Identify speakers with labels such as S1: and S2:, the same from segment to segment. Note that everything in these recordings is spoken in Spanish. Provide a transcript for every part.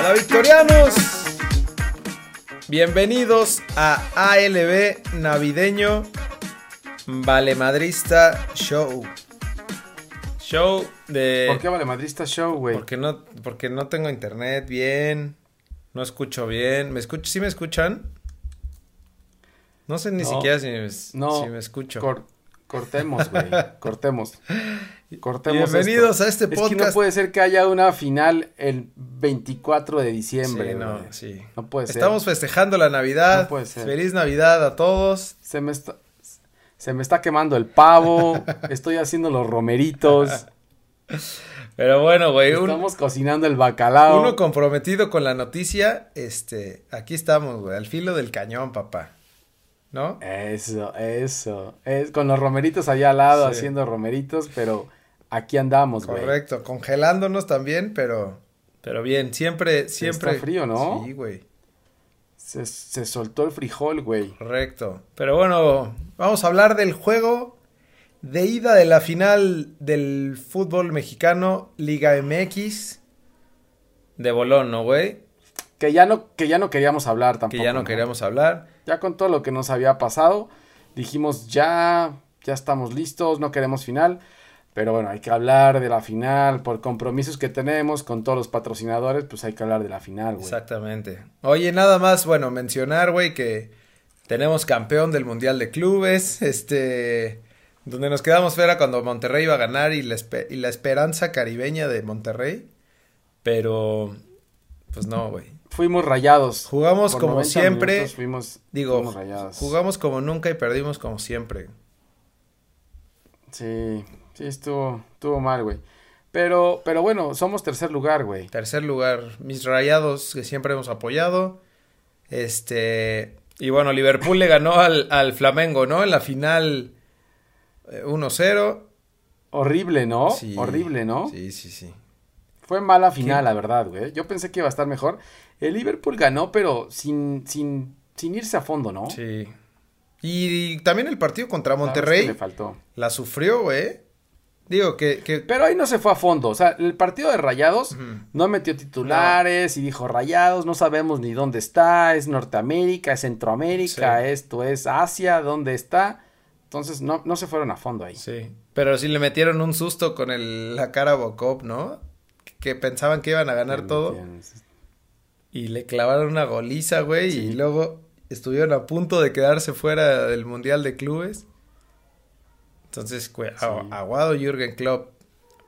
S1: ecuatorianos. Bienvenidos a ALB Navideño Valemadrista Show. Show de.
S2: ¿Por qué vale madrista show, güey?
S1: Porque no, porque no tengo internet bien. No escucho bien. ¿Me escuch ¿Sí me escuchan? No sé ni
S2: No.
S1: siquiera si me,
S2: No.
S1: si me escucho.
S2: Cor- cortemos, güey. Cortemos. Cortemos.
S1: Bienvenidos
S2: esto.
S1: a este
S2: Es que no
S1: podcast.
S2: puede ser que haya una final el 24 de diciembre.
S1: Sí, no,
S2: güey.
S1: sí.
S2: No puede ser.
S1: Estamos festejando la Navidad.
S2: No puede ser.
S1: Feliz Navidad a todos.
S2: Se me está. Se me está quemando el pavo, estoy haciendo los romeritos,
S1: Pero bueno, güey, Eh, un-
S2: estamos cocinando el bacalao.
S1: uno comprometido con la noticia, este, aquí estamos, güey, al filo del cañón, papá. ¿No?
S2: Eso, eso. Es, con los romeritos allá al lado
S1: Sí.
S2: haciendo romeritos, pero aquí andamos, güey.
S1: Correcto, congelándonos también, pero pero bien, siempre siempre
S2: está frío, ¿no?
S1: Sí, güey.
S2: Se, se soltó el frijol, güey.
S1: Correcto. Pero bueno, vamos a hablar del juego de ida de la final del fútbol mexicano Liga MX de Bolón, ¿no, güey?
S2: Que ya no, que ya no queríamos hablar
S1: Que
S2: tampoco.
S1: ya no queríamos hablar.
S2: Ya con todo lo que nos había pasado, dijimos ya, ya estamos listos, no queremos final. Pero bueno, hay que hablar de la final, por compromisos que tenemos con todos los patrocinadores, pues hay que hablar de la final, güey.
S1: Exactamente. Oye, nada más, bueno, mencionar, güey, que tenemos campeón del Mundial de Clubes, este, donde nos quedamos fuera cuando Monterrey iba a ganar y la, espe- y la esperanza caribeña de Monterrey, pero, pues no, güey.
S2: Fuimos rayados.
S1: Jugamos
S2: Por
S1: como
S2: 90
S1: siempre,
S2: minutos fuimos,
S1: digo,
S2: fuimos rayados.
S1: jugamos como nunca y perdimos como siempre.
S2: Sí, sí, estuvo, estuvo mal, güey. Pero, pero bueno, somos tercer lugar, güey.
S1: Tercer lugar, mis rayados que siempre hemos apoyado, este, y bueno, Liverpool le ganó al, al Flamengo, ¿no? En la final eh, 1-0.
S2: Horrible, ¿no?
S1: Sí,
S2: Oh, Horrible, ¿no?
S1: Sí, sí, sí.
S2: Fue mala final, la verdad, güey. Yo pensé que iba a estar mejor. El Liverpool ganó, pero sin, sin, sin irse a fondo, ¿no? La verdad
S1: Sí. Y también el partido contra
S2: es que
S1: Monterrey
S2: le faltó.
S1: la sufrió, güey. Digo que, que-
S2: Pero ahí no se fue a fondo. O sea, el partido de Rayados
S1: Ujú.
S2: no metió titulares y dijo Rayados, no sabemos ni dónde está. Es Norteamérica, es Centroamérica,
S1: Sí.
S2: esto es Asia, ¿dónde está? Entonces no, no se fueron a fondo ahí.
S1: Sí. Pero sí le metieron un susto con el, la cara a Bocop, ¿no? Que, que pensaban que iban a ganar todo. Y le clavaron una goliza, güey. Y luego estuvieron a punto de quedarse fuera del Mundial de Clubes. Entonces, güey, agu-
S2: Sí.
S1: aguado Jürgen Klopp.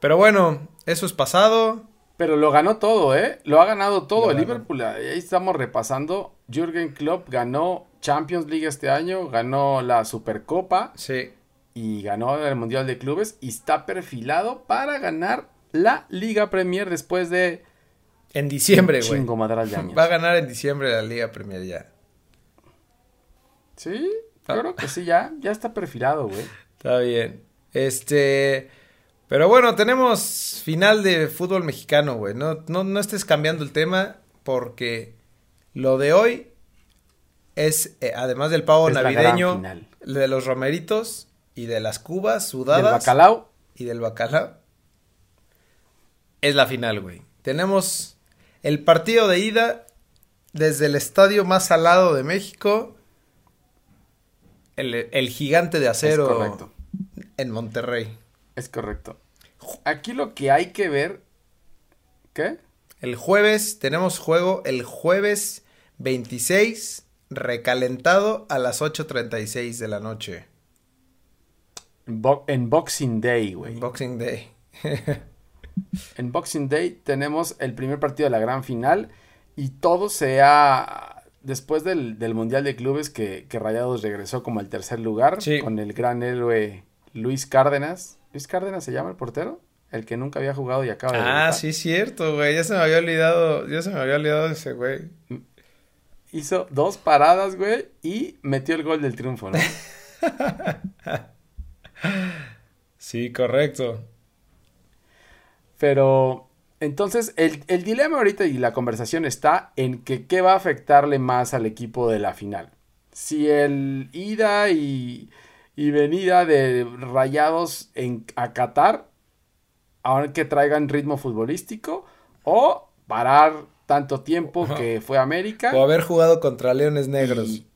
S1: Pero bueno, eso es pasado.
S2: Pero lo ganó todo, ¿eh? Lo ha ganado todo
S1: Lo
S2: el
S1: ganó.
S2: Liverpool. Ahí estamos repasando. Jürgen Klopp ganó Champions League este año, ganó la Supercopa
S1: Sí.
S2: y ganó el Mundial de Clubes y está perfilado para ganar la Liga Premier después de
S1: En diciembre, güey.
S2: chingo madral de años.
S1: Va a ganar en diciembre la Liga Premier ya.
S2: Sí,
S1: Ah.
S2: yo creo que sí, ya, ya está perfilado, güey.
S1: Está bien. Este. Pero bueno, tenemos final de fútbol mexicano, güey. No, no, no estés cambiando el tema porque lo de hoy es, eh, además del pavo
S2: Es la gran
S1: navideño,
S2: final.
S1: de los romeritos y de las cubas
S2: Del
S1: sudadas
S2: bacalao,
S1: y del bacalao, es la final, güey. Tenemos el partido de ida desde el estadio más salado de México, el, el gigante de acero.
S2: es correcto.
S1: En Monterrey.
S2: Es correcto. Aquí lo que hay que ver, ¿qué?
S1: El jueves tenemos juego el jueves 26 recalentado a las 8.36 de la noche.
S2: En Bo- en Boxing Day, güey.
S1: Boxing Day.
S2: En Boxing Day tenemos el primer partido de la gran final y todo se ha... Después del, del Mundial de Clubes que, que Rayados regresó como el tercer lugar
S1: Sí.
S2: con el gran héroe Luis Cárdenas. ¿Luis Cárdenas se llama el portero? El que nunca había jugado y acaba de
S1: Ah,
S2: debutar.
S1: sí, cierto, güey. Ya se me había olvidado, ya se me había olvidado de ese güey.
S2: Hizo dos paradas, güey, y metió el gol del triunfo, ¿no?
S1: Sí, correcto.
S2: Pero entonces el, el dilema ahorita y la conversación está en que qué va a afectarle más al equipo de la final. Si el ida y, y venida de Rayados en, a Qatar, ahora que traigan ritmo futbolístico, o parar tanto tiempo que fue América.
S1: O haber jugado contra Leones Negros.
S2: Y,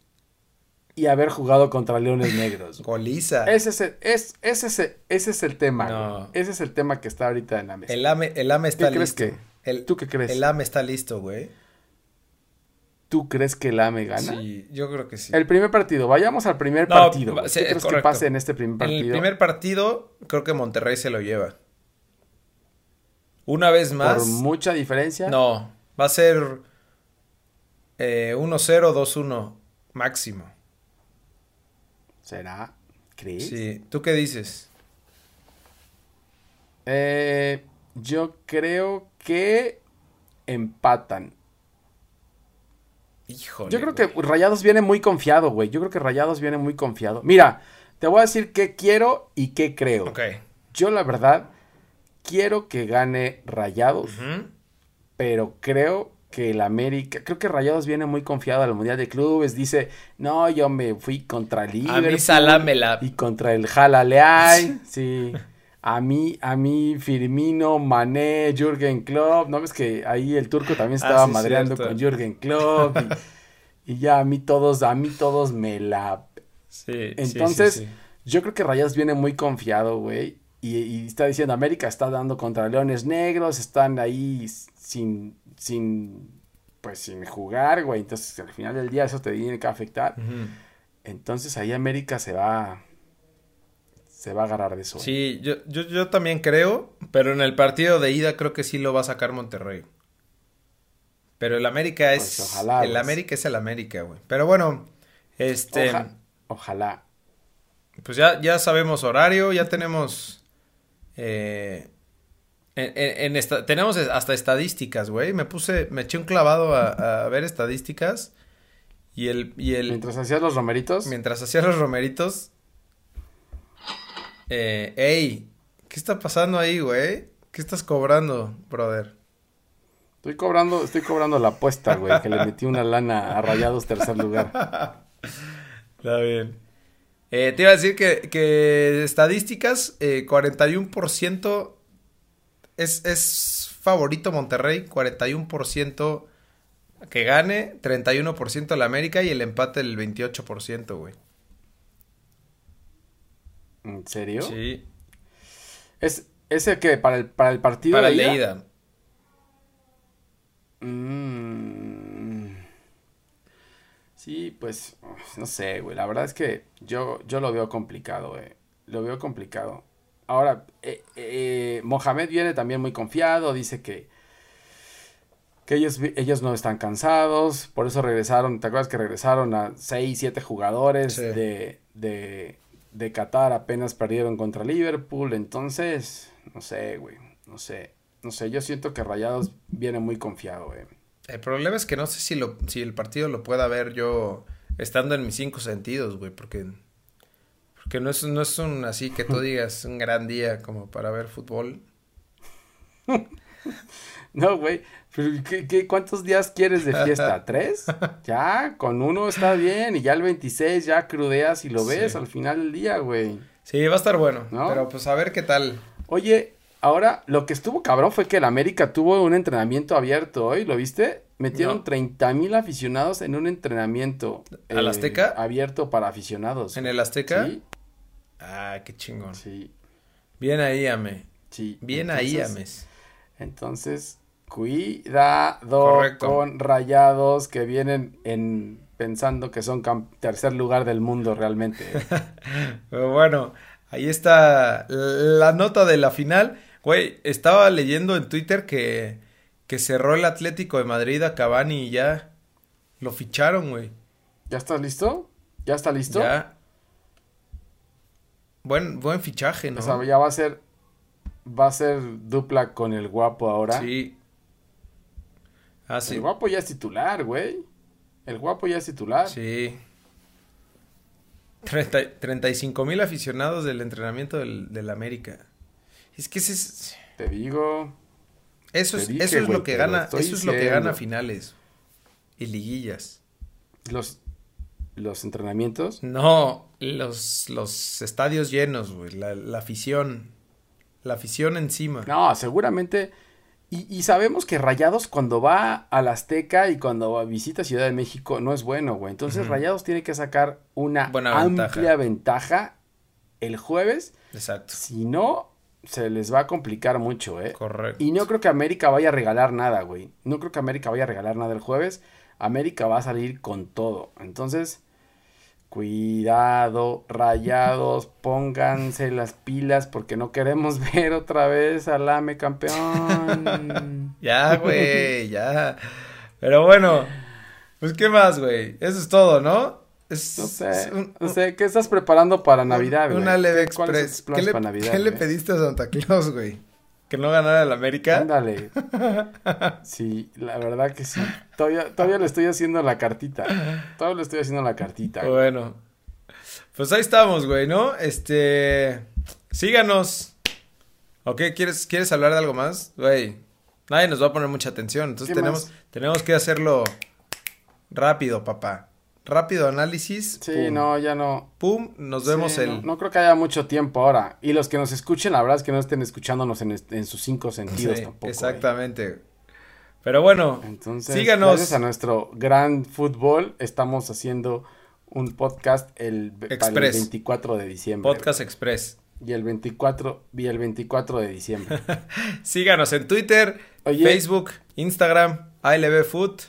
S2: y haber jugado contra Leones Negros.
S1: Goliza.
S2: Ese es el, es, ese es el, ese es el tema. No. Ese es el tema que está ahorita en la mesa.
S1: El AME, el AME está
S2: ¿Qué
S1: listo.
S2: Crees que,
S1: el,
S2: ¿Tú qué crees?
S1: El AME está listo, güey.
S2: ¿Tú crees que el AME gana?
S1: Sí, yo creo que sí.
S2: El primer partido, vayamos al primer
S1: No,
S2: partido.
S1: va-
S2: güey.
S1: sí,
S2: ¿Qué crees que
S1: correcto.
S2: pase en este primer
S1: En
S2: partido?
S1: el primer partido, creo que Monterrey se lo lleva. Una vez más.
S2: Por mucha diferencia.
S1: No, va a ser eh, 1-0, 2-1 máximo.
S2: ¿Será? ¿Crees?
S1: Sí. ¿Tú qué dices?
S2: Eh, yo creo que empatan.
S1: Híjole.
S2: Yo creo que Rayados viene muy confiado, güey. Yo creo que Rayados viene muy confiado. Mira, te voy a decir qué quiero y qué creo.
S1: Ok.
S2: Yo, la verdad, quiero que gane Rayados,
S1: Ujú.
S2: pero creo que el América. Creo que Rayados viene muy confiado al Mundial de Clubes. Dice, no, yo me fui contra
S1: A mí
S2: Liverpool
S1: salámela.
S2: y contra el Jalaleay. Sí. A mí, a mí, Firmino, Mané, Jürgen Klopp. No ves que ahí el turco también
S1: Ah,
S2: estaba
S1: sí,
S2: madreando
S1: cierto.
S2: con Jürgen Klopp. Y, y ya a mí todos, a mí todos me la.
S1: Sí,
S2: Entonces,
S1: sí, sí, sí.
S2: yo creo que Rayas viene muy confiado, güey. Y, y está diciendo, América está dando contra Leones Negros, están ahí sin, sin, pues sin jugar, güey. Entonces, al final del día eso te tiene que afectar.
S1: Ujú.
S2: Entonces ahí América se va. Se va a agarrar de eso. güey.
S1: Sí, yo, yo, yo también creo, pero en el partido de ida creo que sí lo va a sacar Monterrey. Pero el América es.
S2: Pues ojalá,
S1: el
S2: pues.
S1: América es el América, güey. Pero bueno, este.
S2: Oja- ojalá.
S1: Pues ya, ya sabemos horario, ya tenemos. eh, en, en- en esta- tenemos hasta estadísticas, güey. Me puse, me eché un clavado a, a ver estadísticas. Y el, y el,
S2: Mientras hacías los romeritos.
S1: Mientras hacía los romeritos. Eh, ey, ¿qué está pasando ahí, güey? ¿Qué estás cobrando, brother?
S2: Estoy cobrando, estoy cobrando la apuesta, güey. Que le metí una lana a rayados tercer lugar.
S1: Está bien. Eh, te iba a decir que, que estadísticas, eh, 41% es, es favorito Monterrey, 41% que gane, 31% el América y el empate el 28%, güey.
S2: ¿En serio?
S1: Sí,
S2: ¿Es, ¿Es el que? ¿Para el, para el partido
S1: para
S2: de
S1: la
S2: ida?
S1: ida.
S2: Mm. Sí, pues, no sé, güey. La verdad es que yo, yo lo veo complicado, güey. Lo veo complicado. Ahora, eh, eh, Mohamed viene también muy confiado, dice que, que ellos, vi- ellos no están cansados, por eso regresaron, ¿te acuerdas que regresaron a 6, 7 jugadores
S1: Sí.
S2: de, de, de Qatar? Apenas perdieron contra Liverpool, entonces, no sé, güey, no sé, no sé, yo siento que Rayados viene muy confiado, eh. güey.
S1: El problema es que no sé si, lo, si el partido lo pueda ver yo estando en mis cinco sentidos, güey, porque, porque no, es, no es un así que tú digas un gran día como para ver fútbol.
S2: No, güey, pero ¿qué, qué- cuántos días quieres de fiesta? ¿Tres? Ya, con uno está bien y ya el 26 ya crudeas y lo ves
S1: Sí.
S2: al final del día, güey.
S1: Sí, va a estar bueno,
S2: ¿No?
S1: pero pues a ver qué tal.
S2: Oye, ahora lo que estuvo cabrón fue que el América tuvo un entrenamiento abierto hoy, ¿lo viste? Metieron
S1: No.
S2: 30 mil aficionados en un entrenamiento eh,
S1: ¿Al Azteca?
S2: abierto para aficionados.
S1: ¿En el Azteca?
S2: Sí,
S1: Ah, qué chingón.
S2: sí,
S1: Bien ahí, Ame.
S2: sí.
S1: Bien ahí,
S2: Entonces-
S1: Ames.
S2: Entonces, cuidado
S1: Correcto.
S2: con rayados que vienen en pensando que son cam- tercer lugar del mundo realmente.
S1: Pero bueno, ahí está la nota de la final. Güey, estaba leyendo en Twitter que, que cerró el Atlético de Madrid a Cavani y ya lo ficharon, güey.
S2: ¿Ya estás listo? ¿Ya está listo?
S1: Ya. Buen, buen fichaje, ¿no?
S2: O sea, ya va a ser va a ser dupla con el guapo ahora.
S1: Sí. Ah, sí.
S2: El guapo ya es titular, güey. El guapo ya es titular.
S1: Sí. 30 35 mil aficionados del entrenamiento del, del América. Es que ese es-
S2: Te digo.
S1: eso
S2: Te
S1: es,
S2: dije,
S1: eso es
S2: güey,
S1: lo que
S2: te lo
S1: gana, eso
S2: estoy
S1: es lo que gana
S2: diciendo.
S1: finales y liguillas.
S2: Los, los entrenamientos.
S1: No, los, los estadios llenos, güey, la, la afición, la afición encima.
S2: No, seguramente. Y, y, sabemos que Rayados cuando va al Azteca y cuando visita Ciudad de México no es bueno, güey. Entonces uh -huh. Rayados tiene que sacar una Buena amplia ventaja. ventaja. el jueves.
S1: Exacto.
S2: Si no, se les va a complicar mucho, ¿eh?
S1: Correcto.
S2: Y no creo que América vaya a regalar nada, güey. No creo que América vaya a regalar nada el jueves. América va a salir con todo. Entonces, cuidado, rayados, pónganse las pilas porque no queremos ver otra vez al AME campeón.
S1: ya, güey, ya. Pero bueno, pues qué más, güey. Eso es todo, ¿no? Es,
S2: no sé, es un, no sé, ¿qué estás preparando para Navidad,
S1: güey? Una leve express. ¿Qué, le, Navidad, ¿qué le pediste a Santa Claus, güey? ¿Que no ganara el América?
S2: Ándale. Sí, la verdad que sí. Todavía, todavía le estoy haciendo la cartita. Todavía le estoy haciendo la cartita.
S1: Güey. Bueno. Pues ahí estamos, güey, ¿no? Este. Síganos. ¿Ok? ¿Quieres, quieres hablar de algo más? Güey. Nadie nos va a poner mucha atención. Entonces tenemos, más? tenemos que hacerlo rápido, papá. Rápido análisis.
S2: Sí, pum. no, ya no.
S1: Pum, nos vemos
S2: sí,
S1: el.
S2: No, no, creo que haya mucho tiempo ahora. Y los que nos escuchen, la verdad es que no estén escuchándonos en, en sus cinco sentidos sí, tampoco.
S1: Exactamente. Eh. Pero bueno,
S2: Entonces,
S1: síganos.
S2: Gracias a nuestro gran fútbol, estamos haciendo un podcast el, para el 24 de diciembre.
S1: Podcast Express.
S2: Y el 24, y el 24 de diciembre.
S1: síganos en Twitter, Oye, Facebook, Instagram, ALBFood.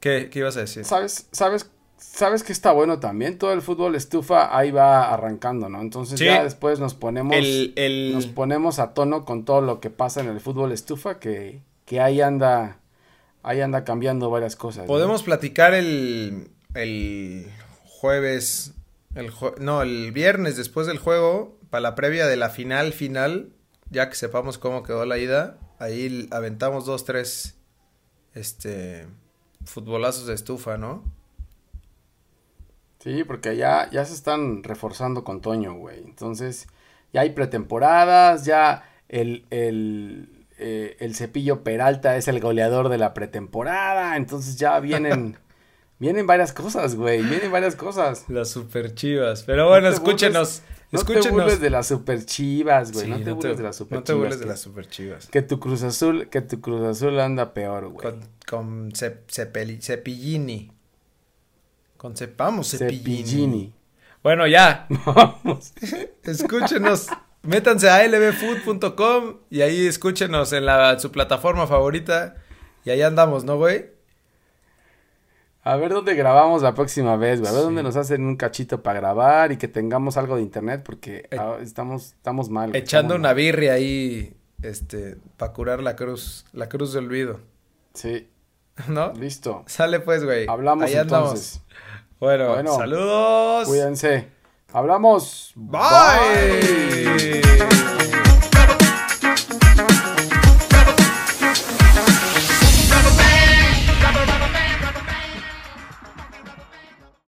S1: ¿Qué, ¿Qué, ibas a decir?
S2: ¿Sabes, sabes, sabes que está bueno también. Todo el fútbol estufa ahí va arrancando, ¿no? Entonces sí. ya después nos ponemos,
S1: el, el...
S2: nos ponemos a tono con todo lo que pasa en el fútbol estufa, que, que ahí anda, ahí anda cambiando varias cosas.
S1: Podemos ¿no? platicar el, el jueves, el jue... no, el viernes después del juego, para la previa de la final final, ya que sepamos cómo quedó la ida. Ahí aventamos dos, tres, este futbolazos de estufa, ¿no?
S2: Sí, porque ya, ya se están reforzando con Toño, güey. Entonces, ya hay pretemporadas, ya el, el, eh, el cepillo Peralta es el goleador de la pretemporada. Entonces ya vienen, vienen varias cosas, güey. Vienen varias cosas.
S1: Las super chivas. Pero bueno, no escúchenos.
S2: Burles, no escúchenos. te burles de las super chivas, güey. Sí, no, te no, te burles de las super
S1: no te burles de las super chivas.
S2: Que, que tu Cruz Azul, que tu Cruz Azul anda peor, güey.
S1: Con con cep, cepeli, Cepillini. Con sepamos Cepillini.
S2: Cepillini.
S1: Bueno, ya. Vamos. escúchenos. métanse a lbfood.com y ahí escúchenos en la, su plataforma favorita. Y ahí andamos, ¿no, güey?
S2: A ver dónde grabamos la próxima vez, güey. A ver sí. dónde nos hacen un cachito para grabar y que tengamos algo de internet porque e estamos, estamos mal. Güey.
S1: Eh, Echando
S2: estamos
S1: una birria ahí, este, para curar la cruz, la cruz de olvido.
S2: Sí.
S1: ¿No?
S2: Listo.
S1: Sale pues, güey.
S2: Hablamos Ahí entonces.
S1: Andamos. Bueno, bueno, saludos.
S2: Cuídense. Hablamos.
S1: Bye. Bye.